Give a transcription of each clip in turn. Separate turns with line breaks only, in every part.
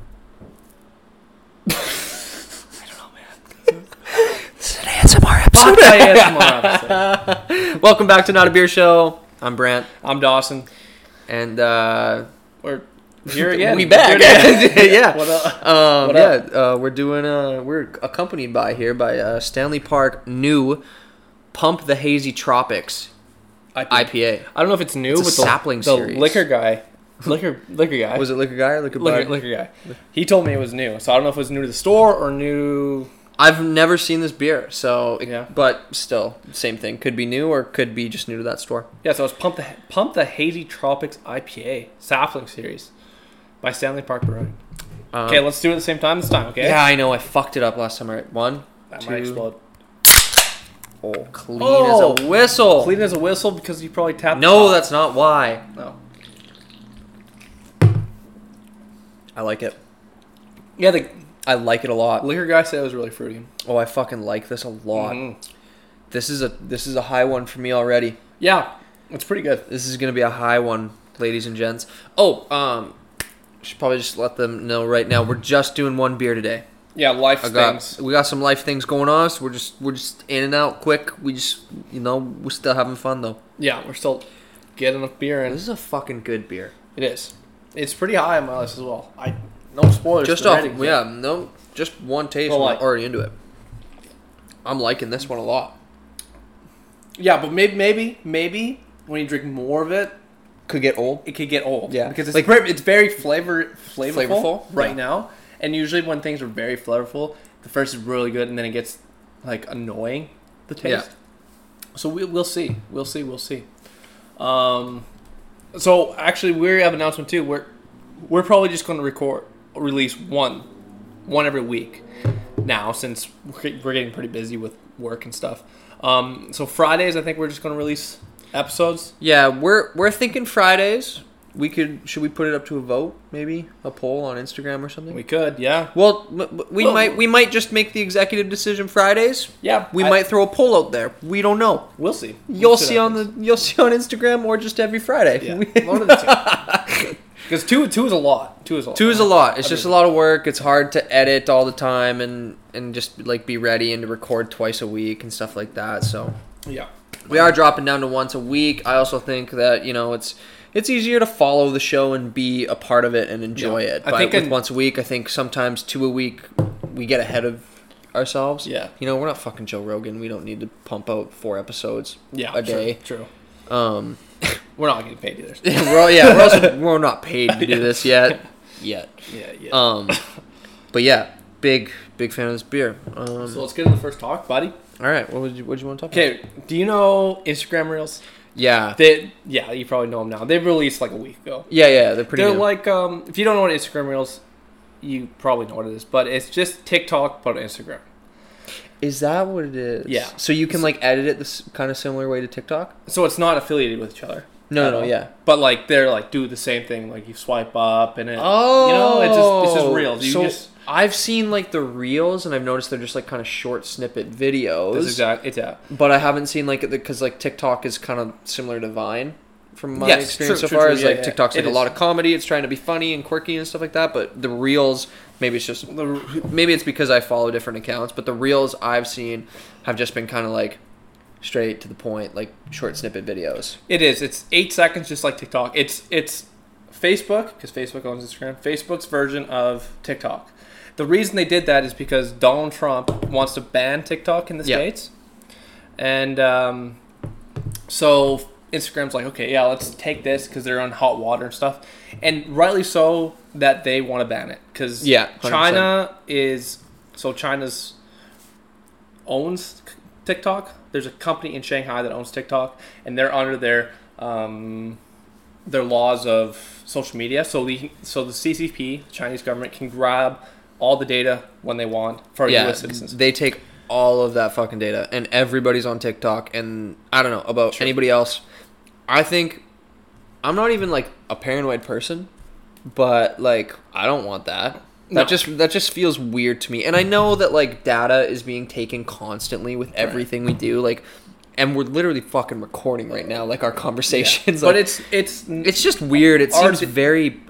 I'll tell you that tomorrow.
Welcome back to Not a Beer Show. I'm Brant,
I'm Dawson.
and uh,
We're here again.
we back.
We're here again.
yeah.
What up?
Oh,
Um,
What
yeah,
up?
Uh, we're doing. Uh, we're accompanied by here by uh, Stanley Park new Pump the Hazy Tropics
I,
IPA.
I don't know if it's new,
It's a
but the,
sapling
the
series.
liquor guy, liquor liquor guy,
Was it liquor guy or liquor
liquor,
bud?
liquor guy. He told me it was new, so I don't know if it was new to the store or new.
I've never seen this beer, so it-
Yeah.
But still, same thing. Could be new or could be just new to that store.
Yeah, so it's pump the pump the hazy tropics IPA sapling series by Stanley Park Brewing.
Um,
Okay, let's do it at the same time this time. Okay.
Yeah, I know. I fucked it up last time. All right, one,
That might
two,
explode.
oh, clean
Oh!
as a whistle.
Clean as a whistle because you probably tapped. the
No,
top.
that's not why.
no.
I like it.
Yeah, the
I like it a lot.
liquor guy said it was really fruity.
Oh, I fucking like this a lot.
Mhm.
This is a this is a high one for me already.
Yeah, it's pretty good.
This is gonna be a high one, ladies and gents. Oh, um, should probably just let them know right now. We're just doing one beer today.
Yeah, life
I got
things.
we got some life things going on, so we're just we're just in and out quick. We just you know we're still having fun though.
Yeah, we're still getting a beer in.
This is a fucking good beer.
It is. It's pretty high on my list as well. I no spoilers.
just
for
off,
Reddit.
yeah, no, just one taste.
Well,
we're
like-
already into it. I'm liking this one a lot.
Yeah, but maybe maybe maybe when you drink more of it,
Could get old.
it could get old.
Yeah.
because it's
Like-
very, it's very flavor flavorful,
Flavorful?
right
Yeah.
now. And usually when things are very flavorful, the first is really good, and then it gets like annoying. The taste.
Yeah.
So we, we'll see. We'll see. We'll see. Um, so actually, we have an announcement too. We're we're probably just going to record release one one every week now since we're get- we're getting pretty busy with work and stuff. Um, so Fridays, I think we're just going to release episodes.
Yeah, we're we're thinking Fridays. We could should we put it up to a vote? Maybe a poll on Instagram or something.
We could, yeah,
well, m- m- we
Well-
might we might just make the executive decision Fridays.
yeah.
We
I-
might throw a poll out there. We don't know.
We'll see.
You'll see on the you'll see on Instagram or just every Friday.
one of the two. Because two two is a lot. Two is a lot.
Two is a lot. It's just a lot of work. It's hard to edit all the time and and just like be ready and to record twice a week and stuff like that. So
Yeah.
we are dropping down to once a week. I also think that you know it's it's easier to follow the show and be a part of it and enjoy
Yeah.
it.
I
But
think
with
in-
once a week, I think sometimes two a week, we get ahead of ourselves.
Yeah.
you know we're not fucking Joe Rogan. We don't need to pump out four episodes
Yeah.
a
true,
day.
True.
Um,
We're not getting paid either.
we're all, yeah, we're, also, we're not paid to do this yet, yet.
yeah. Yeah.
Um, but yeah, big big fan of this beer. Um,
so let's get into the first talk, buddy.
all right, what would you what would you want to talk? about?
Okay. Do you know Instagram Reels?
Yeah,
They yeah. You probably know them now. They released like a week ago.
yeah, yeah. They're pretty.
They're
new.
like um. If you don't know what Instagram Reels, you probably know what it is. But it's just TikTok but on Instagram.
Is that what it is?
Yeah.
So you can like edit it this kind of similar way to TikTok.
So it's not affiliated with each other.
No,
at
no,
all.
yeah.
But like they're like do the same thing. Like you swipe up and it.
Oh,
you know, it's just it's just reels. You
so
just
I've seen like the reels, and I've noticed they're just like kind of short snippet videos.
that's exact. It's out.
But I haven't seen like because like TikTok is kind of similar to Vine from my
Yes,
experience so
true, true,
far.
true,
is
yeah,
like
yeah.
TikTok's like
It
a lot
is.
of comedy. It's trying to be funny and quirky and stuff like that. But the reels, maybe it's just
The-
maybe it's because I follow different accounts. But the reels I've seen have just been kind of like straight to the point, like short snippet videos.
It is. It's eight seconds, just like TikTok. It's it's Facebook because Facebook owns Instagram. Facebook's version of TikTok. The reason they did that is because Donald Trump wants to ban TikTok in the
Yeah.
states, and um, so Instagram's like, okay, yeah, let's take this because they're on hot water and stuff, and rightly so that they want to ban it because
Yeah, 100%.
China is so China's owns TikTok. There's a company in Shanghai that owns TikTok, and they're under their um, their laws of social media. So the so the CCP, Chinese government, can grab all the data when they want for U.S. citizens.
They take all of that fucking data, and everybody's on TikTok, and I don't know about anybody else. I think I'm not even like a paranoid person, but like I don't want that. That
No.
just that just feels weird to me. And I know that like data is being taken constantly with everything we do, like, and we're literally fucking recording right now, like our conversations.
but
like,
it's it's
it's just weird. It
Our
seems
da-
very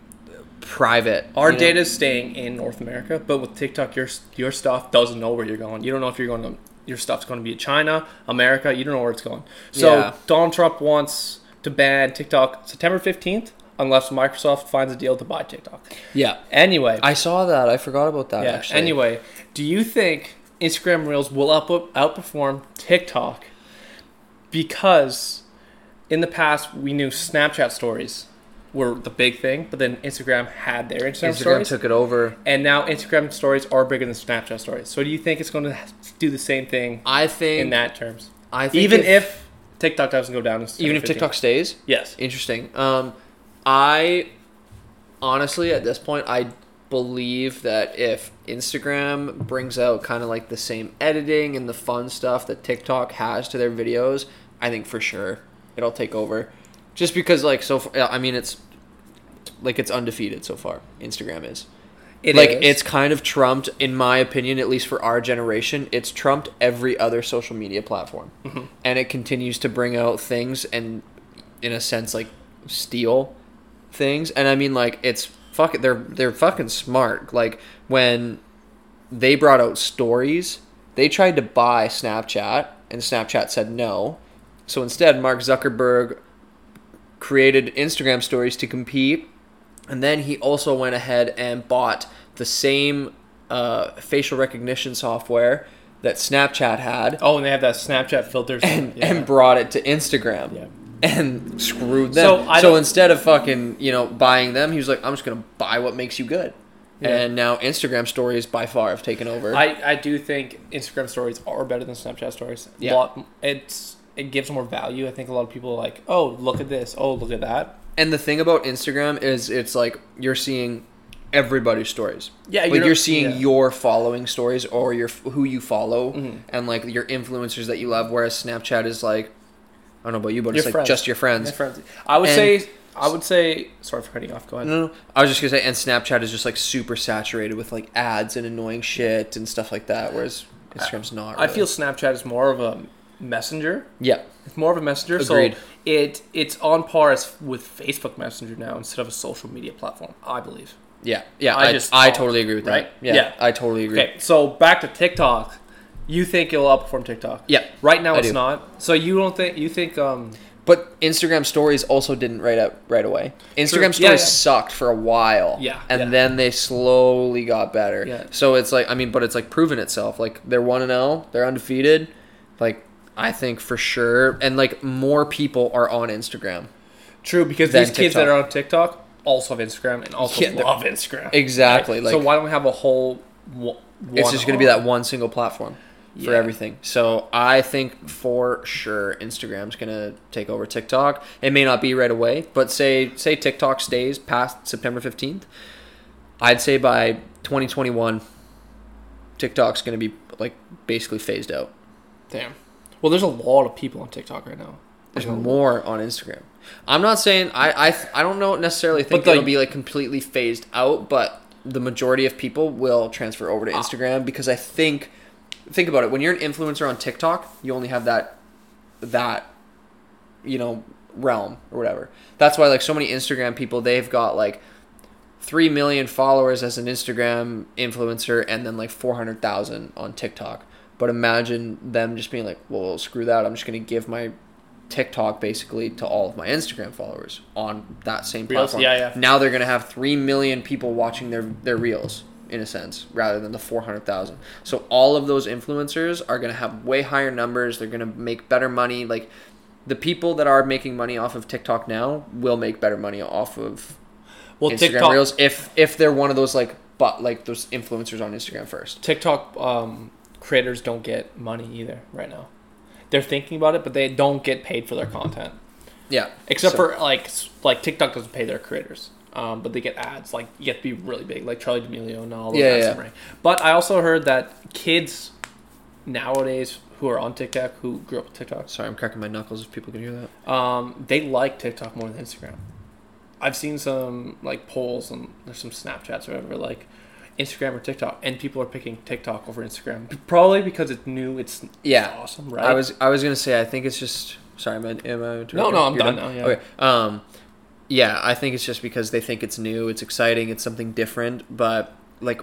private.
our
you know?
data's staying in North America, but with TikTok, your your stuff doesn't know where you're going. You don't know if you're going to your stuff's going to be in China, America. You don't know where it's going. So
Yeah.
Donald Trump wants to ban TikTok September 15th unless Microsoft finds a deal to buy TikTok.
Yeah.
Anyway,
I saw that. I forgot about that.
yeah,
actually.
Anyway, do you think Instagram Reels will up, outperform TikTok because in the past we knew Snapchat stories were the big thing, but then Instagram had their Instagram,
Instagram
stories.
took it over.
and now Instagram stories are bigger than Snapchat stories. So do you think it's going to do the same thing
I think.
in that terms?
I think
Even if, TikTok doesn't go down, to
even if
15.
TikTok stays,
yes,
interesting. Um, I honestly at this point I believe that if Instagram brings out kind of like the same editing and the fun stuff that TikTok has to their videos, I think for sure it'll take over. Just because like so, far, I mean it's like it's undefeated so far. Instagram is.
It
like
is.
it's kind of trumped, in my opinion, at least for our generation, it's trumped every other social media platform,
Mm-hmm.
and it continues to bring out things and, in a sense, like steal things. And I mean, like it's fuck it, they're they're fucking smart. Like when they brought out stories, they tried to buy Snapchat, and Snapchat said no. So instead, Mark Zuckerberg created Instagram stories to compete and then he also went ahead and bought the same uh, facial recognition software that Snapchat had
oh, and they have that Snapchat filters
and, and brought it to Instagram.
Yeah.
And screwed
So,
them. So,
I don't-
instead of fucking, you know, buying them, he was like, I'm just going to buy what makes you good. And now Instagram stories by far have taken over.
I, I do think Instagram stories are better than Snapchat stories.
Yeah.
A lot, it's it gives more value. I think a lot of people are like, oh, look at this. Oh, look at that.
and the thing about Instagram is it's like you're seeing everybody's stories.
Yeah,
like
you're-
you're, seeing
Uh, yeah. Mm-hmm.
your following stories or your who you follow and like your influencers that you love. Whereas Snapchat is like, I don't know about you, but
Your
it's like
friends.
just your friends.
My friends. I would
And-
say I would say sorry for cutting you off. Go ahead.
No, no, I was just gonna say, and Snapchat is just like super saturated with like ads and annoying shit and stuff like that. Whereas Instagram's not.
I
Really.
feel Snapchat is more of a messenger.
yeah,
It's more of a messenger.
Agreed.
So it it's on par as with Facebook Messenger now instead of a social media platform. I believe.
yeah, yeah.
I
I, I,
just thought,
totally agree with
right?
that. Yeah,
Yeah.
I totally agree.
Okay, so back to TikTok. You think it'll outperform TikTok?
Yeah,
Right now
I
it's
do.
not. So you don't think you think um
But Instagram stories also didn't right up right away. Instagram stories
Yeah, yeah.
sucked for a while.
Yeah,
And
yeah.
then they slowly got better.
Yeah.
So it's like I mean, but it's like proven itself. Like they're one and zero. They're undefeated. Like I think for sure, and like more people are on Instagram.
True, because
than
these kids that
TikTok.
are on TikTok also have Instagram and also
Yeah, they're-
love Instagram.
Exactly.
Right?
Like
so why don't we have a whole? One,
it's just going to be that one single platform for
Yeah.
everything. So I think for sure Instagram's going to take over TikTok. It may not be right away, but say say TikTok stays past September 15th, I'd say by 2021 TikTok's going to be like basically phased out.
Damn. Well, there's a lot of people on TikTok right now.
There's more on Instagram. I'm not saying I I, I don't know necessarily think
But, like-
it'll be like completely phased out, but the majority of people will transfer over to Instagram because I think think about it when you're an influencer on TikTok, you only have that that you know realm or whatever. That's why like so many Instagram people they've got like 3 million followers as an Instagram influencer and then like 400,000 on TikTok. But imagine them just being like, well, screw that. I'm just going to give my TikTok basically to all of my Instagram followers on that same
Reels?
platform.
Yeah, yeah.
Now they're going to have 3 million people watching their, their reels in a sense rather than the 400,000. So all of those influencers are going to have way higher numbers. They're going to make better money. Like the people that are making money off of TikTok now will make better money off of
Well,
Instagram
TikTok
Reels if if they're one of those like but like those influencers on Instagram first.
TikTok um, creators don't get money either right now. They're thinking about it, but they don't get paid for their content.
Yeah,
Except
Mm-hmm. So-
for like s- like TikTok doesn't pay their creators, um, but they get ads. Like you have to be really big, like Charlie D'Amelio and all those
Yeah,
guys.
yeah.
right? But I also heard that kids nowadays who are on TikTok, who grew up with TikTok,
sorry, I'm cracking my knuckles if people can hear that.
um, they like TikTok more than Instagram. I've seen some like polls and there's some Snapchats or whatever like Instagram or TikTok, and people are picking TikTok over Instagram probably because it's new, it's
Yeah.
awesome, right?
I was I was gonna say I think it's just sorry, am I, am I interrupting?
No, no, I'm
You're
done now, yeah.
Okay, um, yeah, I think it's just because they think it's new, it's exciting, it's something different, but like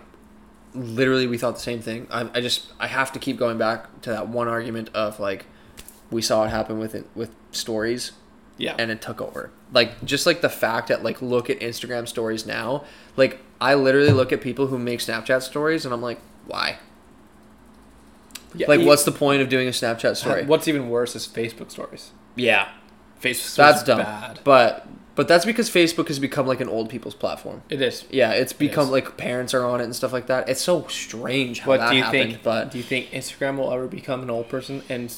literally we thought the same thing. I, I just I have to keep going back to that one argument of like we saw it happen with it with stories
Yeah.
and it took over. Like just like the fact that like look at Instagram stories now. Like I literally look at people who make Snapchat stories and I'm like, why?
Yeah,
Like
e-
what's the point of doing a Snapchat story?
What's even worse is Facebook stories.
Yeah,
Facebook stories
that's
are
dumb.
bad.
But but that's because Facebook has become like an old people's platform.
It is.
Yeah, it's become
is.
like parents are on it and stuff like that. It's so strange how
But
that
do you
happened.
think?
but
do you think Instagram will ever become an old person and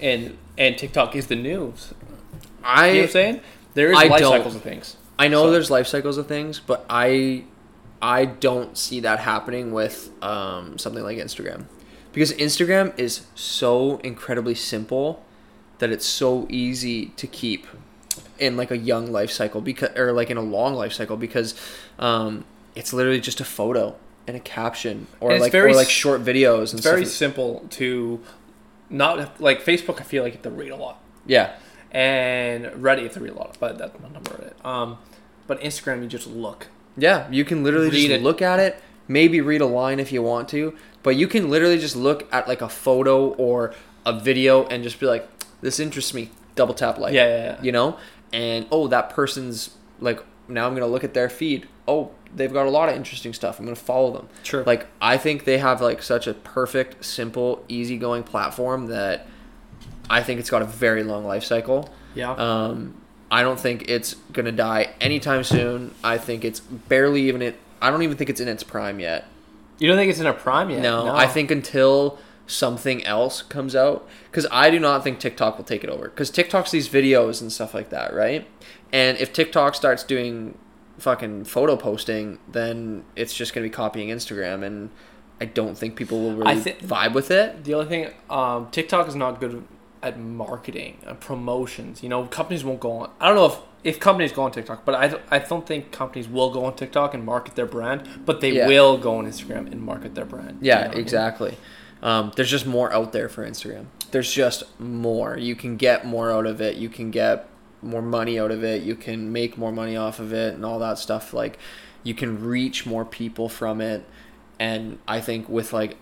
and and TikTok is the news?
I
You know what I'm saying? There is
I
life
don't.
cycles of things.
I know
So-
there's life cycles of things, but I I don't see that happening with um, something like Instagram because Instagram is so incredibly simple that it's so easy to keep in like a young life cycle because or like in a long life cycle because um, it's literally just a photo and a caption or
And it's
like
very
or like
s-
short videos and
It's very
stuff.
simple to not like Facebook. I feel like you have to read a lot,
yeah
and Reddit you have to read a lot, but that's not Reddit. Um, but Instagram you just look.
yeah you can literally
Read
just
it.
look at it maybe read a line if you want to but you can literally just look at like a photo or a video and just be like this interests me double tap like
Yeah, yeah, yeah.
you know and oh that person's like now i'm gonna look at their feed oh they've got a lot of interesting stuff i'm gonna follow them
True.
like i think they have like such a perfect simple easygoing platform that i think it's got a very long life cycle
Yeah.
um, I don't think it's gonna die anytime soon. I think it's barely even it. I don't even think it's in its prime yet.
you don't think it's in a prime yet?
no, I think until something else comes out, because I do not think TikTok will take it over. Because TikTok's these videos and stuff like that, right? And if TikTok starts doing fucking photo posting, then it's just gonna be copying Instagram, and I don't think people will
I
really
thi-
vibe with it.
The only thing, um, TikTok is not good at marketing and promotions. You know, companies won't go on. I don't know if, if companies go on TikTok, but I don't, I don't think companies will go on TikTok and market their brand, but they
Yeah.
will go on Instagram and market their brand. You know
Yeah,
what I mean?
exactly. Um, there's just more out there for Instagram. There's just more. You can get more out of it. You can get more money out of it. You can make more money off of it and all that stuff. Like, you can reach more people from it. And I think with like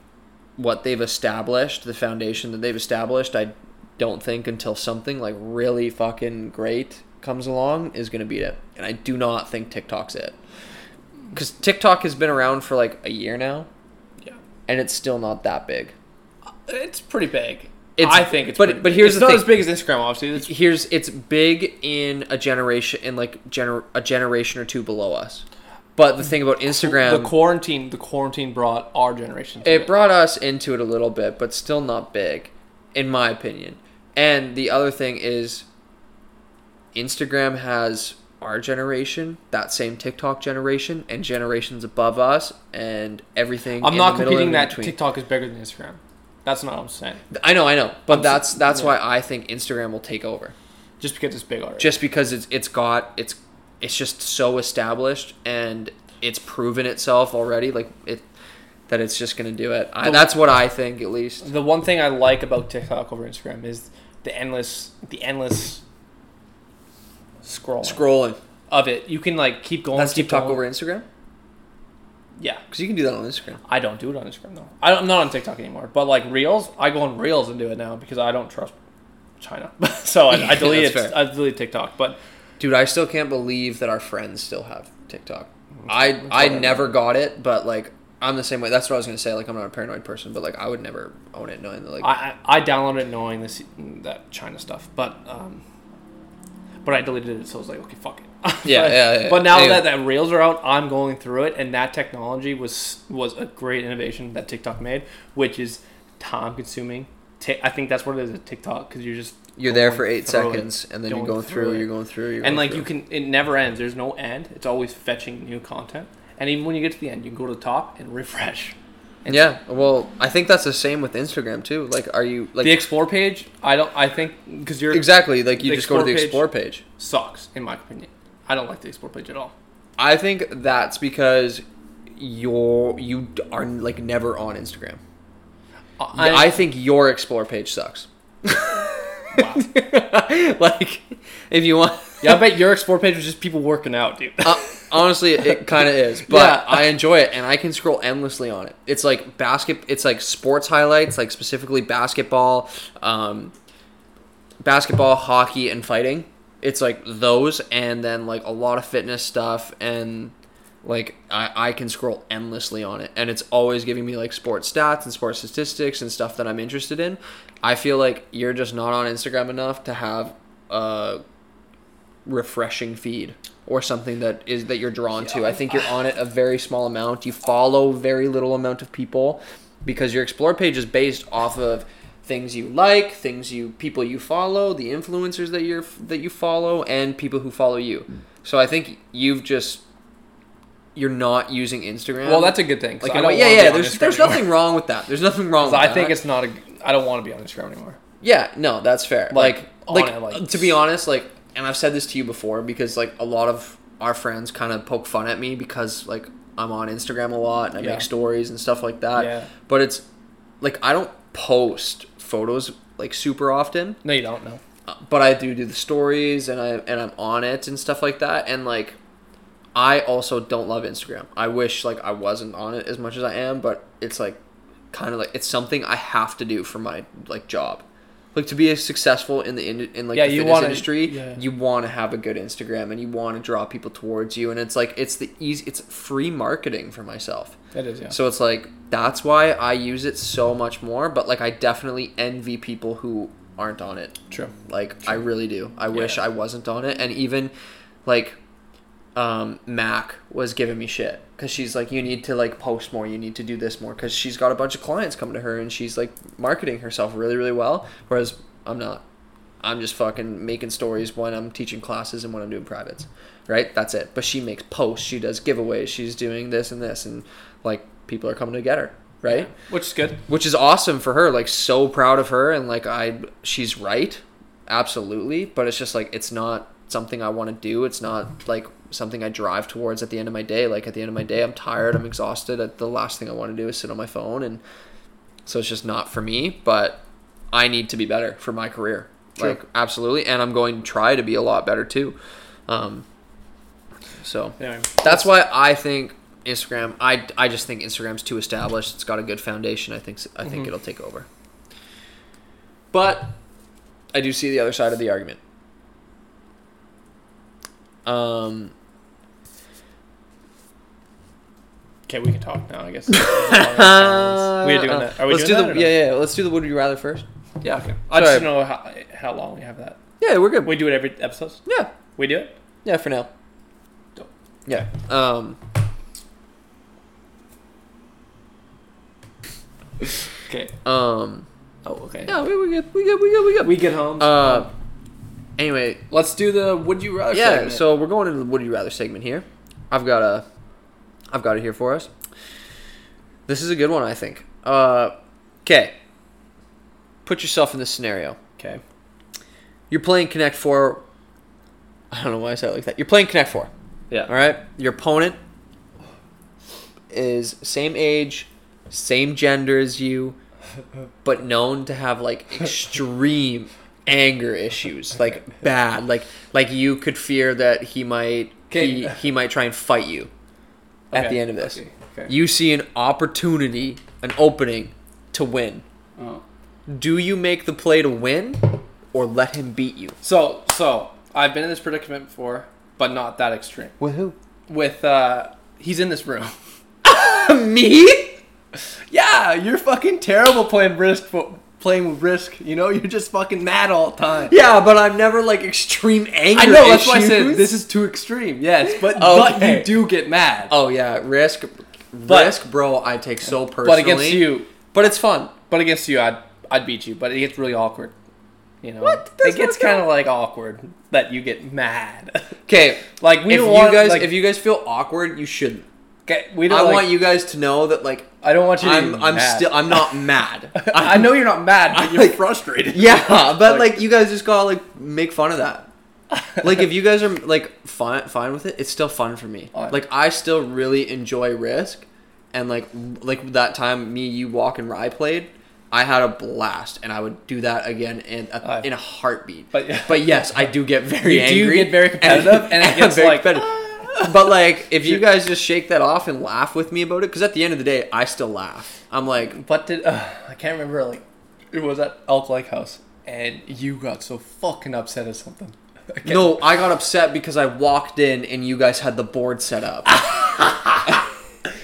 what they've established, the foundation that they've established, I don't think until something like really fucking great comes along is going to beat it. And I do not think TikTok's it. Because TikTok has been around for like a year now and it's still not that big.
Yeah. It's pretty big.
It's-
I think it's
but-
pretty
but
big.
here's
it's
the
not
thing.
as big as Instagram, obviously. It's,
Here's it's big in a generation in like gener- a generation or two below us. But the thing about Instagram,
the quarantine, the quarantine brought our generation. To
it brought us into it a little bit, but still not big, in my opinion. And the other thing is, Instagram has our generation, that same TikTok generation, and generations above us, and everything.
I'm
in
not
the middle and
competing
in
that
between.
TikTok is bigger than Instagram. That's not what I'm saying.
I know, I know, but
I'm s-
that's that's
yeah.
why I think Instagram will take over.
Just because it's big already.
just because it's it's got it's it's just so established and it's proven itself already like it that it's just gonna do it I, that's what i think at least
the one thing I like about TikTok over Instagram is the endless the endless scroll
scrolling
of it. You can like keep going.
that's
keep
tiktok
going.
over instagram
Yeah,
because you can do that on instagram
I don't do it on Instagram though. I don't, I'm not on TikTok anymore. But like Reels, I go on Reels and do it now because I don't trust China. so I, I
Yeah,
delete
that's
it.
fair.
I delete TikTok. But
dude i still can't believe that our friends still have tiktok i
It's
i
whatever.
never got it but like i'm the same way that's what i was gonna say like i'm not a paranoid person but like i would never own it knowing that like
I I, I downloaded it knowing this that China stuff. But um, but I deleted it, so I was like, okay, fuck it.
Yeah,
but,
yeah, yeah.
But now
Anyway.
that that Reels are out, I'm going through it, and that technology was was a great innovation that TikTok made, which is time consuming. Ti- I think that's what it is at TikTok because you're just
you're there
going
for eight
through it,
seconds and then you're
going
going through,
through it.
you're going through you're going
and like
through.
you can it never ends. There's no end. It's always fetching new content, and even when you get to the end, you can go to the top and refresh. And
yeah well i think that's the same with instagram too like are you like
the explore page, I don't. I think because you're
Exactly. Like you
The
just go to the
explore
explore page.
sucks in my opinion. I don't like the explore page at all.
I think that's because you're you d- are like never on Instagram. I, think your explore page sucks.
wow.
like if you want
yeah, I bet your explore page was just people working out, dude.
I, Uh, honestly, it kind of is,
Yeah.
but I enjoy it and I can scroll endlessly on it. It's like basket, it's like sports highlights, like specifically basketball, um, basketball, hockey, and fighting. It's like those, and then like a lot of fitness stuff, and like I, I can scroll endlessly on it, and it's always giving me like sports stats and sports statistics and stuff that I'm interested in. I feel like you're just not on Instagram enough to have uh, a refreshing feed or something that is that you're drawn to. I think you're on it a very small amount. You follow very little amount of people because your explore page is based off of things you like, things you people you follow, the influencers that you're that you follow and people who follow you. So I think you've just you're not using Instagram.
Well, that's a good thing. 'cause
like
I
in a
don't
way- yeah,
wanna be
yeah.
on
There's
Instagram
there's
anymore.
nothing wrong with that. There's nothing wrong. with
I
that.
think it's not a. I don't want to be on Instagram anymore.
Yeah, no, that's fair.
Like,
Like,
on
like,
it, like-
to be honest, like, and I've said this to you before because like a lot of our friends kind of poke fun at me because like I'm on Instagram a lot and I
Yeah.
make stories and stuff like that.
Yeah.
But it's like I don't post photos like super often,
No, you don't. No.
uh, but I do do the stories and I and I'm on it and stuff like that. And like, I also don't love Instagram. I wish like I wasn't on it as much as I am, but it's like kind of like it's something I have to do for my like job. Like to be as successful in the in, in like
Yeah,
the
you
fitness
wanna-
industry,
yeah.
you want to have a good Instagram and you want to draw people towards you. And it's like it's the easy, it's free marketing for myself.
That is yeah.
So it's like that's why I use it so much more. But like I definitely envy people who aren't on it.
True.
Like I really do. I wish
Yeah.
I wasn't on it. And even like um Mac was giving me shit cuz she's like you need to like post more, you need to do this more cuz she's got a bunch of clients coming to her and she's like marketing herself really really well whereas I'm not. I'm just fucking making stories when I'm teaching classes and when I'm doing privates. Right? That's it. But she makes posts, she does giveaways, she's doing this and this and like people are coming to get her, right?
Which is good.
which is awesome for her like so proud of her and like i she's right absolutely but it's just like it's not something i want to do it's not like something i drive towards at the end of my day like at the end of my day i'm tired i'm exhausted Uh, the last thing i want to do is sit on my phone and so it's just not for me but i need to be better for my career
Sure.
like absolutely and i'm going to try to be a lot better too um so
Anyway,
that's why I think Instagram. I, I just think Instagram's too established. It's got a good foundation. I think s- I think it'll take over. But I do see the other side of the argument. Um,
okay, we can talk now. I guess.
Uh,
We're doing that. Are we
let's
doing
do
that?
The,
or
yeah, yeah. Let's do the would you rather first.
no? Yeah. Okay. I just
Sorry.
don't know how, how long we have that.
Yeah, we're good.
We do it every episode.
Yeah,
We do it.
yeah. For now.
Dope.
Yeah. Um.
Okay.
Um.
Oh, okay.
Yeah, we, we good. We good. We good. We good.
We get home.
Uh. Anyway,
Let's do the would you rather.
yeah
segment.
so we're going into the would you rather segment here i've got a i've got it here for us this is a good one i think okay put yourself in this scenario
okay.
you're playing connect four i don't know why i said it like that you're playing connect four
Yeah.
all right your opponent is same age same gender as you but known to have like extreme anger issues like bad like like you could fear that he might he,
Okay.
he might try and fight you at
Okay,
the end of this
okay, okay.
you see an opportunity an opening to win
Oh.
do you make the play to win or let him beat you
So so I've been in this predicament before, but not that extreme.
with who
With uh, he's in this room.
me
Yeah, you're fucking terrible playing risk. fo- Playing with risk, you know, you're just fucking mad all the time.
Yeah, but I'm never like extreme angry.
I know. That's why I said this is too extreme. Yes, but but
Okay.
you do get mad.
Oh yeah, risk,
But-
risk, bro. I take so personally.
but against you,
but it's fun.
but against you, I'd I'd beat you. But it gets really awkward. You know,
What?
it
That's
gets
not
kind of like awkward that you get mad.
Okay,
like we
if
don't
you
want
guys
like,
if you guys feel awkward, you shouldn't.
okay, we don't
I
like-
want you guys to know that like
I don't want you. To
I'm
be
I'm
mad.
still I'm not mad.
I know you're not mad, but you're
like-
frustrated.
Yeah, but
Like-
like, you guys just gotta like make fun of that. Like if you guys are like fine fine with it, it's still fun for me.
Alright.
Like I still really enjoy Risk, and like like that time me you walk and Rye played, I had a blast, and I would do that again in a,
Alright.
in a heartbeat.
But-
But yes, I do get very
You do
angry.
get very competitive, and it
I'm
gets like,
competitive. But like, if you guys just shake that off and laugh with me about it, because at the end of the day, I still laugh. I'm like,
What did uh, I can't remember? Like it was at Elk Lake House, and you got so fucking upset at something. I can't-
no, I got upset because I walked in and you guys had the board set up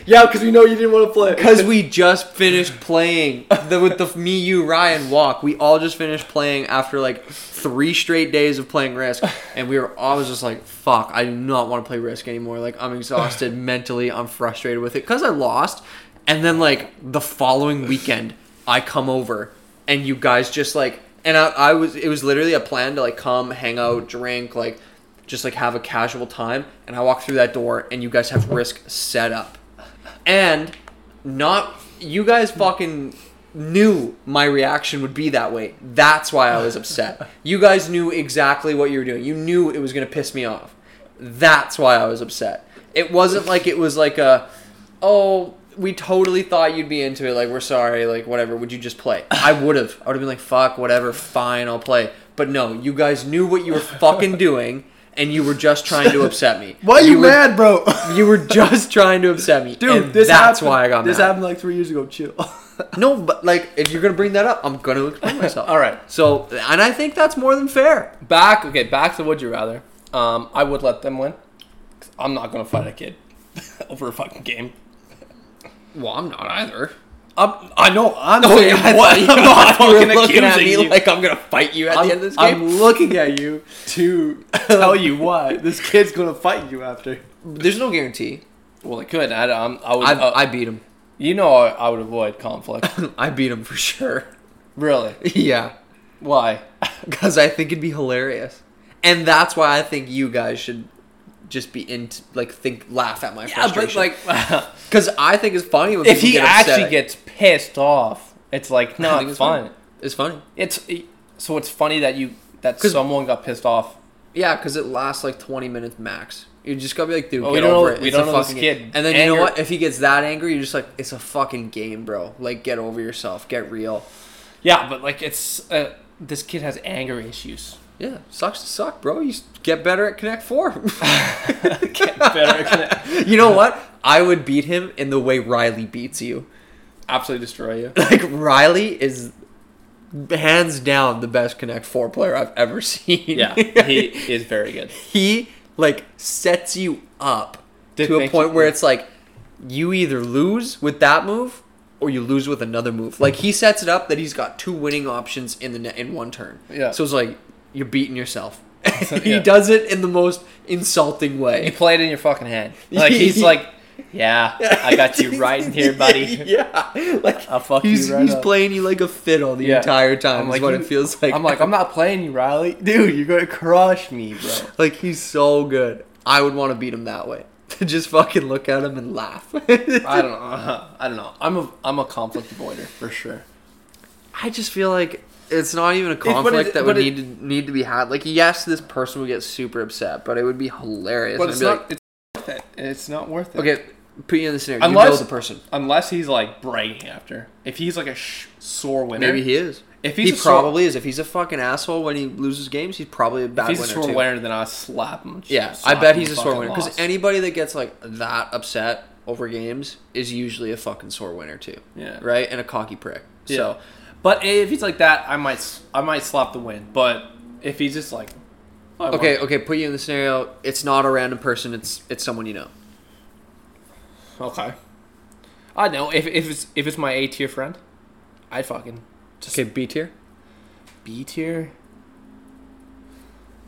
yeah, because we know you didn't want to play.
because we just finished playing the, with the me, you, Ryan walk. We all just finished playing after like three straight days of playing Risk, and we were. I was just like, fuck, I do not want to play Risk anymore. Like, I'm exhausted mentally. I'm frustrated with it because I lost, and then like the following weekend, I come over and you guys just like and I, I was it was literally a plan to like come hang out drink like just like have a casual time and i walk through that door and you guys have risk set up and not you guys fucking knew my reaction would be that way that's why i was upset you guys knew exactly what you were doing you knew it was going to piss me off that's why i was upset it wasn't like it was like a oh we totally thought you'd be into it like we're sorry like whatever would you just play i would have i would have been like fuck whatever fine i'll play but no you guys knew what you were fucking doing and you were just trying to upset me
Why are you,
were,
mad, bro?
you were just trying to upset me
Dude,
and
this
that's
happened,
why i got
This
mad
happened like three years ago. Chill.
no but like if you're gonna bring that up i'm gonna explain myself
All right.
so and i think that's more than fair
Back okay, back to would you rather. Um, I would let them win. 'Cause I'm not gonna fight a kid over a fucking game.
well i'm not either
I'm, I know I'm
no,
saying
yeah,
what
what?
I'm not fucking
looking at
accusing
me
you.
like i'm gonna fight you at
I'm,
the end of this game
I'm looking at you to tell you why this kid's gonna fight you after.
there's no guarantee
well, I could. I, um, I would.
I,
uh,
I beat him
you know, I, I would avoid conflict.
I beat him for sure.
really?
yeah,
Why?
because I think it'd be hilarious, and that's why I think you guys should just be into like think laugh at my
Yeah,
frustration.
but like,
because I think it's funny when
if
people
he
get upset.
actually gets pissed off, it's like
I
not
think it's
fun.
funny. it's funny.
It's so it's funny that you that
'Cause-
someone got pissed off.
Yeah, because it lasts like twenty minutes max. You just gotta be like, dude,
Oh, we
get
don't
over
know-
it.
we
it's
don't
a
know this
fucking
kid.
game. And then you know
Anger-
what? If he gets that angry, you're just like, it's a fucking game, bro. Like, get over yourself. Get real.
Yeah, but like it's uh, this kid has anger issues.
Yeah, sucks to suck, bro. You s- get better at Connect Four.
Better
you know what? I would beat him in the way Riley beats you.
absolutely destroy you.
like Riley is hands down the best Connect Four player I've ever seen.
Yeah, he is very good.
he like sets you up
Did-
to a
thank
point
you.
where it's like you either lose with that move or you lose with another move. Like he sets it up that he's got two winning options in the net in one turn.
Yeah.
So it's like you're beating yourself.
yeah.
he does it in the most insulting
You
way.
play it in your fucking hand. Like he's like, yeah, I got you right in here, buddy.
yeah. Like
I'll fuck
he's,
you right
he's
up.
playing you like a fiddle the
Yeah.
entire time.
I'm
is
like,
what
you-
it feels like.
I'm like, I'm not playing you, Riley.
Dude, you're gonna crush me, bro.
Like he's so good. I would want to beat him that way. To just fucking look at him and laugh.
I
I,
don't know. I don't know. I'm a I'm a conflict avoider for sure.
just feel like it's not even a
it-
conflict that would
but it-
need to need to be had. Like yes, this person would get super upset, but it would be hilarious.
But
I'd
it's
be
not. It's worth it. It's not worth it.
like, okay, put you in the scenario. you
Unless-
know the person.
Unless he's like bragging after. If he's like a sh- sore winner,
Maybe he is.
If he's
he
a sore-
probably is. If he's a fucking asshole when he loses games, he's probably a
if
bad
he's a
winner
sore
too.
winner, then I slap him.
Yeah, I
Slap
bet
him
he's a
fucking
sore winner because
loss.
anybody that gets like that upset over games is usually a fucking sore winner too.
Yeah.
right, and a cocky prick.
Yeah.
So
but if he's like that, I might s- I might slap the win. But if he's just like, I won.
Okay, okay, put you in the scenario. It's not a random person, it's it's someone you know.
okay, I don't know if if it's if it's my A tier friend, I'd fucking
Okay, B tier.
B tier.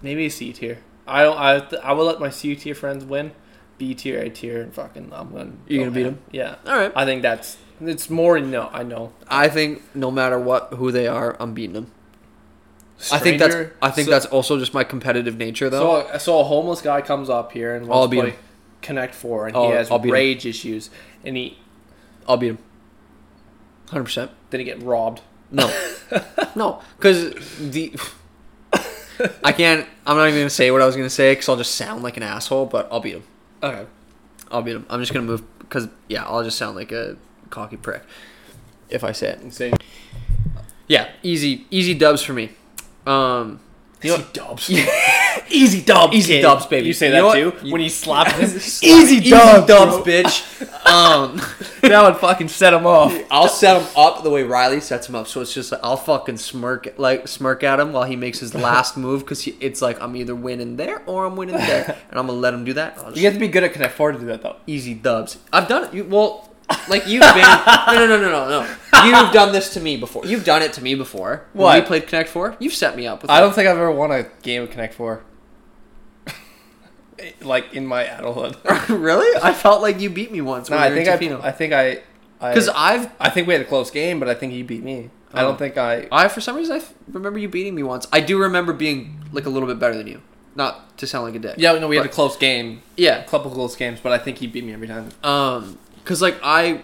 Maybe a C tier. I don't. I th- I will let my C tier friends win. B tier, A tier, and fucking I'm gonna.
You're
go
gonna beat
ham.
'em?
Yeah.
All right.
I think that's it's more. No, I know.
I think no matter what who they are, I'm beating them. I think that's
Stranger-
I think
so-
that's also just my competitive nature though.
So, so a homeless guy comes up here and
I'll
wants
beat
to play
him.
Connect Four, and
I'll-
he has
I'll beat him.
rage issues, and he
I'll beat them. 100%.
then he get robbed.
No. no, cuz the I can't I'm not even going to say what I was going to say cuz I'll just sound like an asshole, but I'll beat them.
Okay.
I'll beat them. I'm just going to move cuz yeah, I'll just sound like a cocky prick if I say it.
Insane.
Yeah, easy easy dubs for me. Um
You know, dubs.
Yeah.
Easy dubs.
Easy
kid.
dubs, baby.
You say
You
that
know what?
too when you slap him.
Easy dubs, bro.
bitch. Um, that would fucking set him off. I'll set him up the way Riley sets him up. So it's just like, I'll fucking smirk like smirk at him while he makes his last move because it's like I'm either winning there or I'm winning there, and I'm gonna let him do that. I'll
You have to be good at can afford to do that though.
easy dubs. I've done it. You, well, like you've been. no, no, no, no, no, no. You've done this to me before. You've done it to me before. When we
What?
played Connect Four. You've set me up. With
I don't think I've ever won a game of Connect Four. like in my adulthood.
don't. really? I felt like you beat me once.
no,
when
I
we were
think
in
I,
Tofino.
I think I.
Because
Because I,
I've,
I think we had a close game, but I think you beat me. I
Oh.
don't think I.
I for some reason I f- remember you beating me once. I do remember being like a little bit better than you. Not to sound like a dick.
Yeah, no, we had a
But-
close game, a
yeah.
couple close games, but I think he beat me every time.
Um, because like I,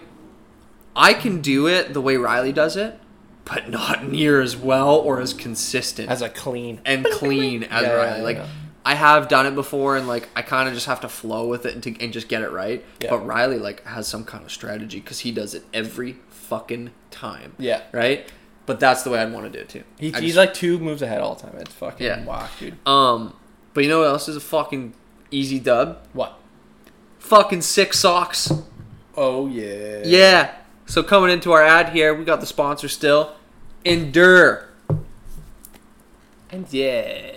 I can do it the way Riley does it, but not near as well or as consistent
As a clean.
and clean as
Yeah,
Riley.
yeah,
like
yeah.
I have done it before, and like I kind of just have to flow with it and, to, and just get it right.
Yeah.
But Riley like has some kind of strategy because he does it every fucking time.
Yeah.
Right. But that's the way I'd want to do it too.
He,
I
he's
just-
like two moves ahead all the time. It's fucking
Yeah.
whack, dude.
Um, but you know what else is a fucking easy dub?
What?
Fucking sick socks.
Oh, yeah.
Yeah. So coming into our ad here, we got the sponsor still. Endure.
And yeah.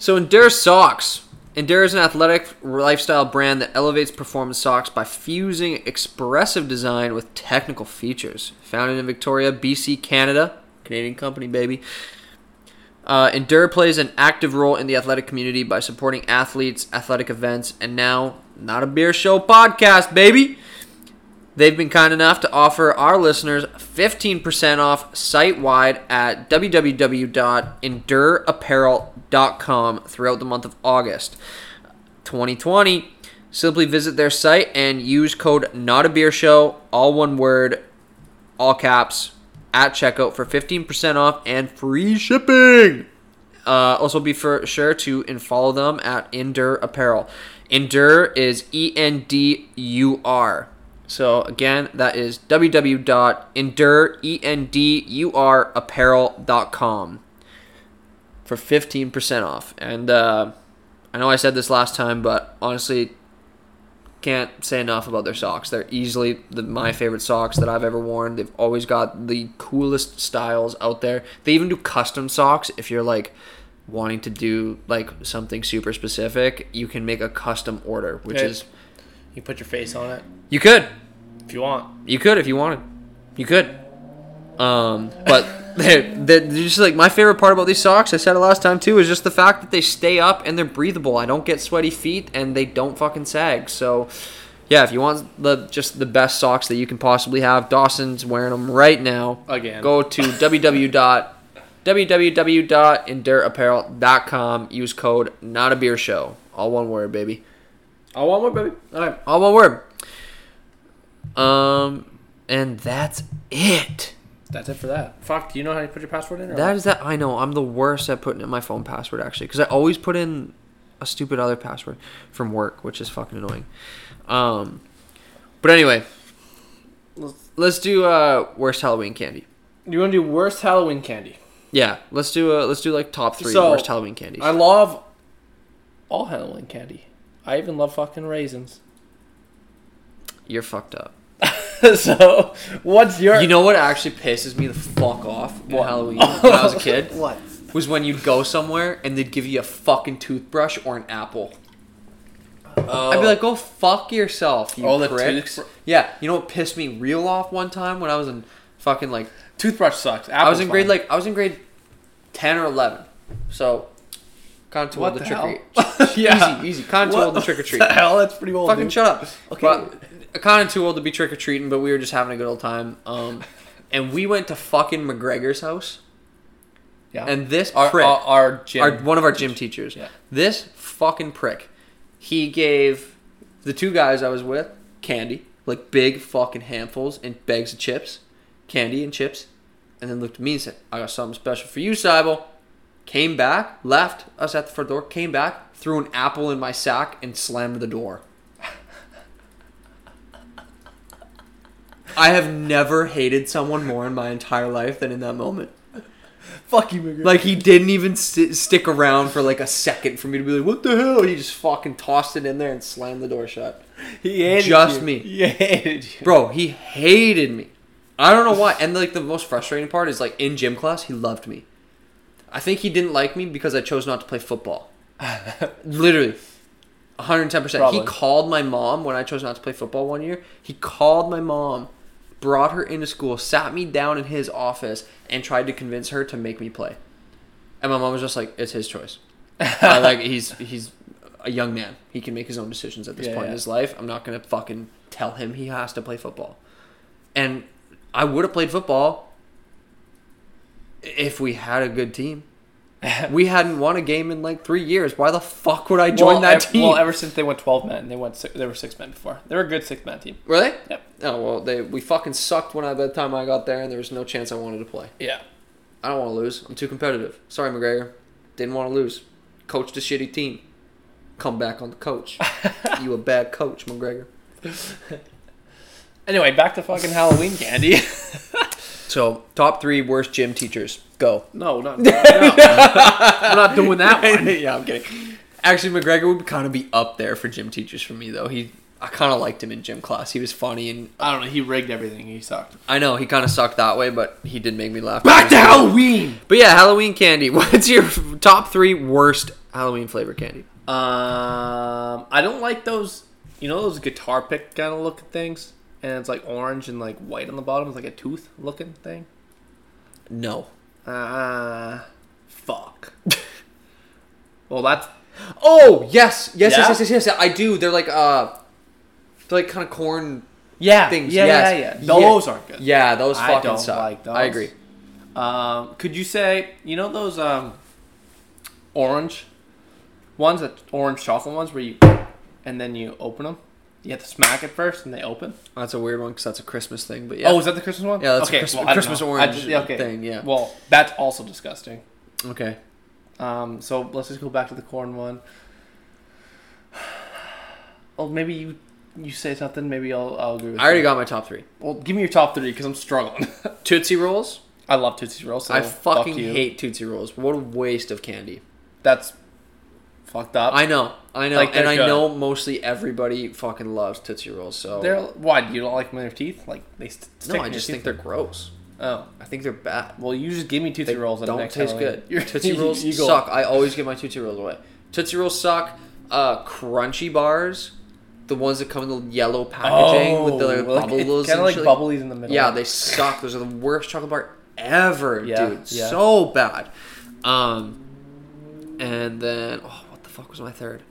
So Endure Socks. Endure is an athletic lifestyle brand that elevates performance socks by fusing expressive design with technical features. Founded in Victoria, BC, Canada, Canadian company, baby. Uh, Endure plays an active role in the athletic community by supporting athletes, athletic events, and now, not a beer show podcast, baby. They've been kind enough to offer our listeners 15% off site wide at www.endureapparel.com throughout the month of August 2020. Simply visit their site and use code not a beer show, all one word, all caps, at checkout for 15% off and free shipping. Uh, also, be for sure to and follow them at Endure Apparel. Endure is E N D U R. So again, that is www.endure e n d u r apparel.com for fifteen percent off. And uh, I know I said this last time, but honestly, can't say enough about their socks. They're easily the, my favorite socks that I've ever worn. They've always got the coolest styles out there. They even do custom socks. If you're like wanting to do like something super specific, you can make a custom order, which
Okay.
is
You put your face on it
you could.
if you want.
You could if you wanted. You could. Um, but they're, they're just like my favorite part about these socks. I said it last time too. Is just the fact that they stay up and they're breathable. I don't get sweaty feet and they don't fucking sag. So, yeah, if you want the just the best socks that you can possibly have, Dawson's wearing them right now.
Again.
go to www dot www.endureapparel.com. Use code not a beer show. All one word, baby.
I want more, baby.
All right, all one word. Um, and that's it.
That's it for that. Fuck, do you know how you put your password in? Or
That is that. I know I'm the worst at putting in my phone password actually, because I always put in a stupid other password from work, which is fucking annoying. Um, but anyway,
Let's-
let's do uh worst Halloween candy.
you want to do worst Halloween candy?
Yeah, let's do uh let's do like top three
So,
worst Halloween candies.
I love all Halloween candy. I even love fucking raisins.
You're fucked up.
so, what's your?
You know what actually pisses me the fuck off in Halloween when I was a kid?
what?
was when you'd go somewhere and they'd give you a fucking toothbrush or an apple. I'd be like, go fuck yourself, you
Oh, the
pricks.
toothbr-
yeah, you know what pissed me real off one time when I was in fucking like
toothbrush sucks.
I was in grade
Apple's
like I was in grade ten or eleven, so kind of
What
told the,
the
trick
hell?
or treat.
Yeah.
easy, easy. Kind of
fine.
told the trick or treat.
What the hell, that's pretty old.
Fucking
dude.
shut up.
Okay.
But, kind of too old to be trick or treating, but we were just having a good old time. Um, and we went to fucking McGregor's house,
yeah.
and this
our,
prick,
our our gym.
our, one of our gym teachers.
Yeah.
This fucking prick. He gave the two guys I was with candy, like big fucking handfuls and bags of chips, candy and chips, and then looked at me and said, "I got something special for you, Seibel." Came back, left us at the front door, came back, threw an apple in my sack, and slammed the door. I have never hated someone more in my entire life than in that moment.
Fuck you, McGregor.
Like he didn't even st- stick around for like a second for me to be like, "What the hell?" He just fucking tossed it in there and slammed the door shut.
he hated
just
you.
me.
He hated you.
Bro, he hated me. I don't know why. And like the most frustrating part is like in gym class, he loved me. I think he didn't like me because I chose not to play football. Literally. 110%.
Probably.
He called my mom when I chose not to play football one year. He called my mom, brought her into school, sat me down in his office, and tried to convince her to make me play. And my mom was just like, "It's his choice. I like he's he's a young man. He can make his own decisions at this
Yeah,
point
yeah.
in his life. I'm not gonna fucking tell him he has to play football." And I would have played football if we had a good team. we hadn't won a game in like three years. Why the fuck would I join
well,
that
ev-
team?
Well, ever since they went twelve men, they went si- they were six men before. They were a good six man team.
Were they?
Yep.
Oh well, they we fucking sucked when I by the time I got there, and there was no chance I wanted to play.
Yeah.
I don't want to lose. I'm too competitive. Sorry, McGregor. Didn't want to lose. Coached a shitty team. Come back on the coach. you a bad coach, McGregor.
Anyway, back to fucking Halloween candy.
So top three worst gym teachers. Go.
no, not no.
I'm not doing that one.
yeah, I'm kidding.
Actually, McGregor would kind of be up there for gym teachers for me though. He, I kind of liked him in gym class. He was funny, and
I don't know. He rigged everything. He sucked.
I know he kind of sucked that way, but he did make me laugh.
Back to Halloween.
But yeah, Halloween candy. What's your top three worst Halloween flavor candy?
Um, I don't like those. You know those guitar pick kind of looking things, and it's like orange and like white on the bottom, it's like a tooth looking thing.
No.
Ah, fuck. well, that's
Oh yes, yes,
Yeah?
yes, yes, yes, yes. I do. They're like uh, they're like kind of corn
yeah,
things.
Yeah,
yes.
yeah, yeah. Those aren't good.
Yeah, those
I
fucking
don't
suck.
like those.
I agree.
Um, could you say you know those um orange ones that orange chocolate ones where you and then you open them? You have to smack it first, and they open.
That's a weird one because that's a Christmas thing. But yeah.
Oh, is that the Christmas one?
Yeah, that's a Christ-
I don't
Christmas
know. I
orange
just- yeah, okay.
thing, yeah.
Well, that's also disgusting.
okay.
Um, so let's just go back to the corn one. Well, maybe you you say something. Maybe I'll I'll agree. With
I already
you.
got my top three.
Well, give me your top three because I'm struggling.
Tootsie rolls.
I love Tootsie Rolls. So
I
fuck
fucking
you.
hate Tootsie rolls. What a waste of candy.
That's fucked up.
I know. I know.
Like, they're
and I
good.
know mostly everybody fucking loves Tootsie rolls. So
They're why do you don't like them in your teeth? Like they st- stick
no, I
in your
just
teeth?
think they're gross.
oh.
I think they're bad.
Well, you just give me Tootsie
They
Rolls. and
don't
next
taste
Halloween.
good. Tootsie
you-
Rolls
you go-
suck. I always give my Tootsie Rolls away. Tootsie Rolls suck. Uh, crunchy bars, the ones that come in the yellow packaging
Oh,
with the like,
like,
bubbles
kind
and
of like
shit.
bubblies in the middle.
Yeah, they suck. Those are the worst chocolate bar ever,
Yeah,
dude.
yeah.
So bad. Um, and then oh, what the fuck was my third?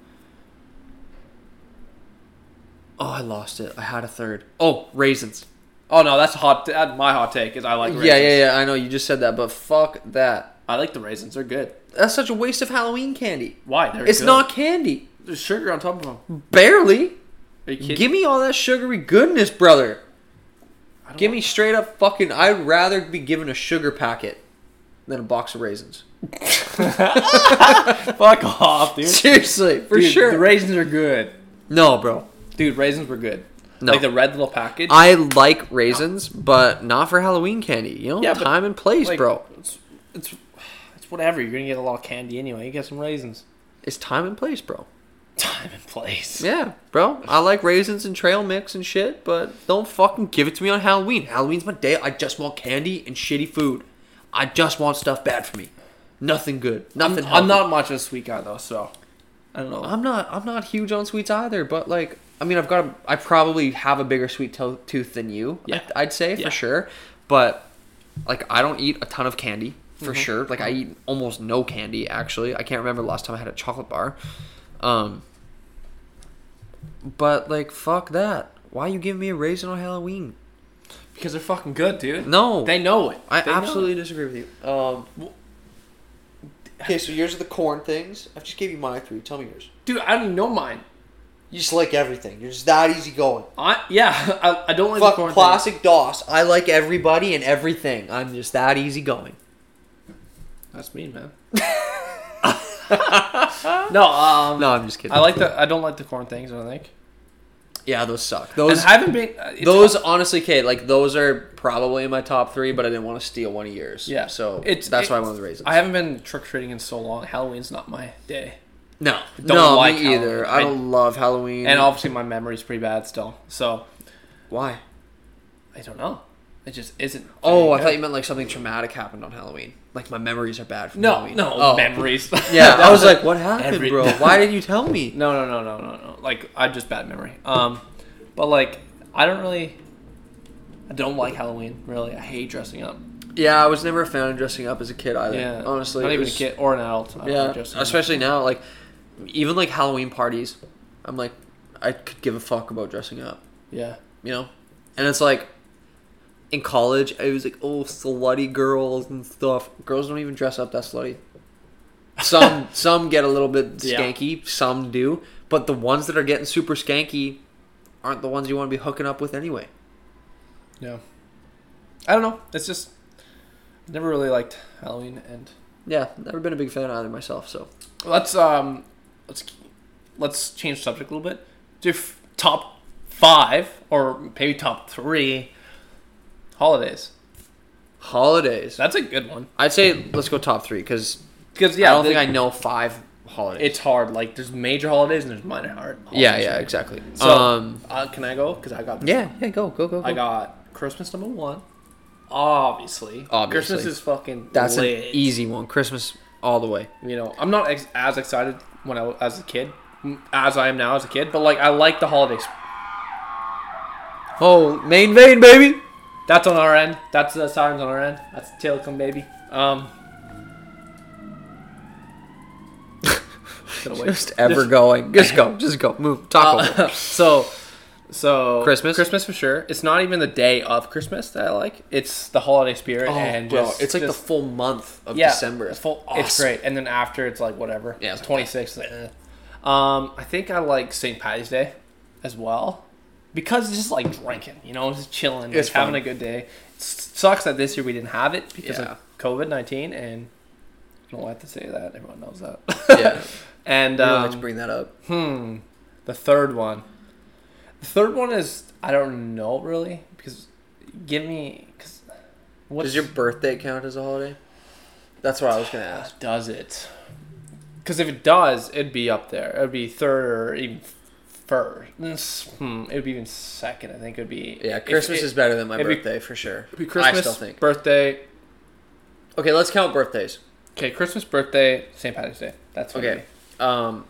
Oh, I lost it. I had a third. Oh, raisins.
Oh no, that's hot. That, my hot take is I like raisins.
Yeah, yeah, yeah. I know you just said that, but fuck that.
I like the raisins. They're good.
That's such a waste of Halloween candy.
Why? They're
it's
good.
not candy.
There's sugar on top of them.
Barely.
Are you kidding?
Give me all that sugary goodness, brother.
I don't
Give me straight up fucking. I'd rather be given a sugar packet than a box of raisins.
Fuck off, dude.
Seriously, for
Dude,
sure.
The raisins are good.
no, bro.
Dude, raisins were good.
No.
Like the red little package.
I like raisins, but not for Halloween candy. You know,
Yeah, but-
time and place,
Like,
bro.
It's, it's it's whatever. You're gonna get a lot of candy anyway. You get some raisins.
It's time and place, bro.
Time and place.
Yeah, bro. I like raisins and trail mix and shit, but don't fucking give it to me on Halloween. Halloween's my day. I just want candy and shitty food. I just want stuff bad for me. Nothing good. Nothing.
I'm
healthy.
not much of a sweet guy though, so Uh, I don't know.
I'm not. I'm not huge on sweets either. But like, I mean, I've got. A, I probably have a bigger sweet to- tooth than you.
Yeah.
I, would say
Yeah.
for sure. But like, I don't eat a ton of candy
Mm-hmm.
for sure. Like, I eat almost no candy actually. I can't remember the last time I had a chocolate bar. Um. But like, fuck that. Why you giving me a raisin on Halloween?
because they're fucking good, dude.
No,
They know it.
I
They know
absolutely disagree with you. Um. Okay, so yours are the corn things. I just gave you my three. Tell me yours.
it. dude. I don't even know mine.
You just like everything. You're just that easy going.
I yeah. I, I don't like the
Fuck
corn thing.
classic DOS. I like everybody and everything. I'm just that easy going.
That's mean, man. no, um,
No, I'm just kidding.
I like the. I don't like the corn things. I don't think.
Yeah, those suck.
And
Those
haven't been uh, it's
those honestly, Kate, like those are probably in my top three, but I didn't want to steal one of yours.
Yeah.
so
It's-
it's that's why I
it's-
went with raisins.
I haven't been trick or treating in so long. Halloween's not my day,
no,
don't
no,
like
me either.
Halloween.
I don't love Halloween.
and obviously my memory's pretty bad still. So
why?
I don't know. It just isn't.
Oh, I
very
thought
good.
you meant like something traumatic happened on Halloween. Like my memories are bad. From
No,
Halloween.
no
Oh.
memories.
Yeah, I was like, what happened,
every-
bro? Why did you tell me?
No, no, no, no, no, no. Like I just bad memory. Um, but like I don't really. I don't like Halloween. Really, I hate dressing up.
Yeah, I was never a fan of dressing up as a kid either.
yeah,
honestly,
not
it
even
was-
a kid or an adult. I don't
Yeah,
like dressing up.
especially now, like even like Halloween parties, I'm like, I could give a fuck about dressing up.
Yeah,
you know and it's like in college i was like oh slutty girls and stuff girls don't even dress up that slutty some some get a little bit
Yeah.
skanky some do but the ones that are getting super skanky aren't the ones you want to be hooking up with anyway
yeah. I don't know. It's just I never really liked Halloween, and
yeah never been a big fan either myself so
let's um let's let's change subject a little bit. Do f- top five or maybe top three holidays.
holidays
That's a good one
i'd say let's go top three because
because
yeah,
yeah,
i don't
the-
think i know five holidays
it's hard. Like there's major holidays and there's minor hard. Holidays.
yeah yeah exactly
So
um
uh, can I go? Because I got this
yeah
one.
yeah go go go, go.
I got Christmas number one. Obviously,
Obviously.
Christmas is fucking
that's an
lit.
easy one christmas all the way
You know, I'm not ex- as excited when I was as a kid as I am now as a kid, but like I like the holidays.
oh main vein baby
That's on our end. That's the sirens on our end. That's telecom baby. Um. Gonna wait.
Just ever going. Just go. Just go. Move. Talk over.
Uh, so so
Christmas?
christmas for sure it's not even the day of christmas that i like it's the holiday spirit and just,
Oh, it's like
just-
the full month of
yeah,
December.
it's full it's
Awesome.
great and then after it's like whatever
Yeah,
it's
it's
26 eh. um i think i like st patty's day as well because it's just like drinking you know just chilling
It's
like, having
fun.
a good day S- sucks that this year we didn't have it because
Yeah.
of covid-19 and i don't like to say that everyone knows that
Yeah.
and
I
um,
like to bring that up.
Hmm. The third one. The third one is I don't know really because give me because what
Does your birthday count as a holiday? That's what I was gonna ask.
does it? Because if it does, it'd be up there. It'd be third or even first. Hmm, it'd be even second. I think it'd be
Yeah,
if
Christmas
it-
is better than my
if it-
birthday for sure.
it'd be Christmas
I still think.
birthday.
Okay, let's count birthdays.
Okay, Christmas birthday, St. Patrick's Day. That's what it'd
Okay.
be.
Um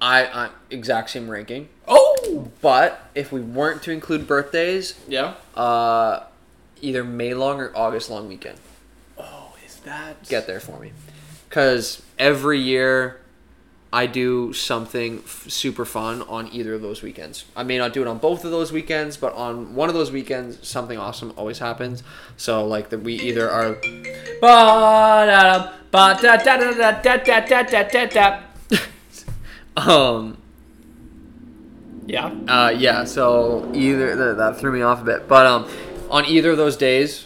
I I exact same ranking.
Oh
But if we weren't to include birthdays,
yeah.
uh either May long or August long weekend.
Oh, is that
get there for me because every year i do something f- super fun on either of those weekends i may not do it on both of those weekends but on one of those weekends something awesome always happens so like that we either are
Ba-da-dum, ba-da-da-da-da-da-da-da-da-da.
um
Yeah.
Uh, yeah, so either that, that threw me off a bit, but um, on either of those days,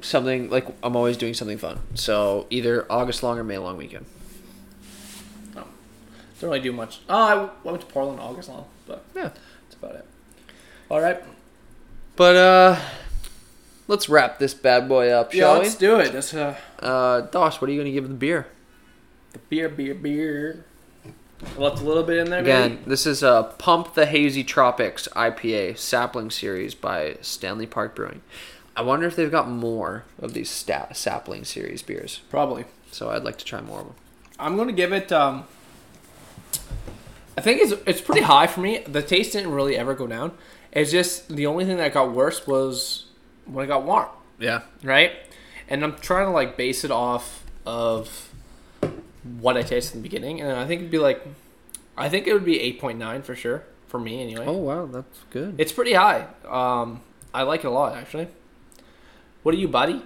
something like I'm always doing something fun. So either August long or May long weekend.
Don't really do much. Oh, I w- I went to Portland August long, but
Yeah,
that's about it. All right.
but uh, let's wrap this bad boy up,
Yeah,
shall we?
let's do it. That's uh,
Uh, Dosh, what are you gonna give the beer?
the beer, beer, beer. Left a little bit in there.
Again,
maybe?
this is a Pump the Hazy Tropics IPA Sapling Series by Stanley Park Brewing. I wonder if they've got more of these sta- Sapling Series beers.
probably.
So I'd like to try more of them.
I'm gonna give it. Um, I think it's it's pretty high for me. The taste didn't really ever go down. It's just the only thing that got worse was when it got warm,
Yeah.
right? And I'm trying to like base it off of what I tasted in the beginning, and I think it'd be like, I think it would be 8.9 for sure for me anyway.
Oh wow, that's good.
It's pretty high. Um, I like it a lot, actually. What are you, buddy?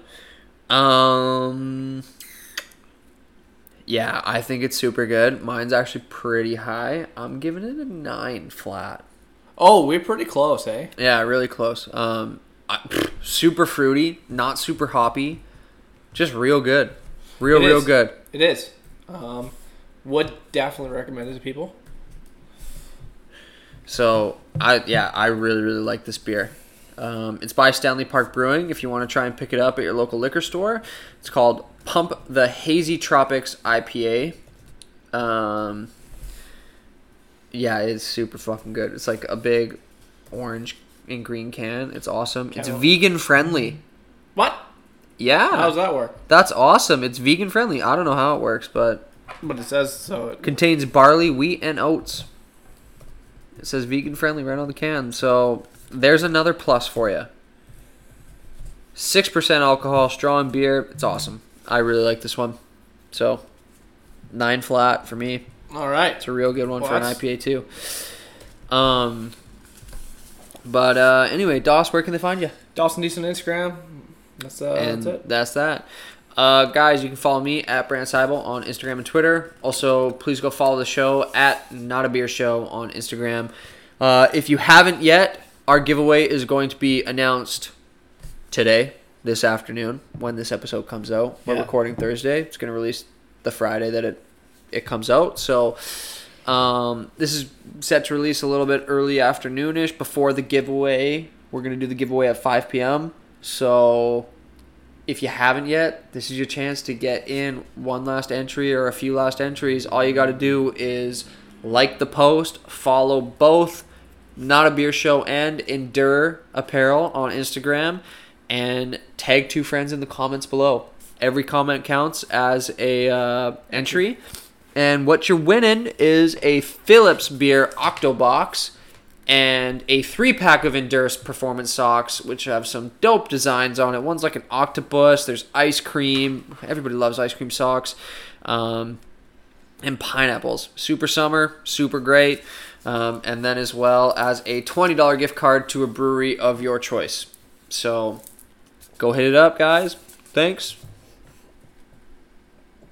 Um. Yeah, I think it's super good. Mine's actually pretty high. I'm giving it a nine flat.
Oh, we're pretty close, eh?
Yeah, really close. Um, I, super fruity, not super hoppy, just real good, real
It
real
is.
good.
It is. Um, would definitely recommend it to people.
So I yeah, I really really like this beer. Um, it's by Stanley Park Brewing. If you want to try and pick it up at your local liquor store, it's called Pump the Hazy Tropics IPA. Um, yeah, it's super fucking good. It's like a big orange and green can. It's awesome. It's
Can't
vegan friendly.
What?
Yeah,
How does that work?
that's awesome. It's vegan friendly. I don't know how it works, but
But it says so. It,
contains barley, wheat, and oats. It says vegan friendly right on the can. So there's another plus for you. 6% alcohol, straw and beer. It's awesome. I really like this one. So 9 flat for me.
all right.
It's a real good one for an
Well, that's-
IPA too. Um but uh anyway, Doss, where can they find you?
Dawson Decent Instagram. That's uh,
and
that's it.
that's that. Uh, guys, you can follow me at Brand Seibel on Instagram and Twitter. Also, please go follow the show at Not a Beer Show on Instagram. Uh, if you haven't yet, our giveaway is going to be announced today, this afternoon, when this episode comes out. We're
Yeah.
recording Thursday. It's going to release the Friday that it it comes out. So um, this is set to release a little bit early afternoonish before the giveaway. We're gonna do the giveaway at 5 p.m. So if you haven't yet, this is your chance to get in one last entry or a few last entries. All you got to do is like the post, follow both Not a Beer Show and Endure Apparel on Instagram, and tag two friends in the comments below. Every comment counts as a uh, entry. And what you're winning is a Phillips beer Octobox and a three pack of Endurus performance socks, which have some dope designs on it. One's like an octopus, there's ice cream. Everybody loves ice cream socks. Um, and pineapples. Super summer, super great. Um, and then as well as a $20 gift card to a brewery of your choice. So go hit it up, guys. Thanks.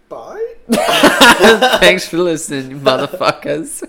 Bye.
Thanks for listening, motherfuckers.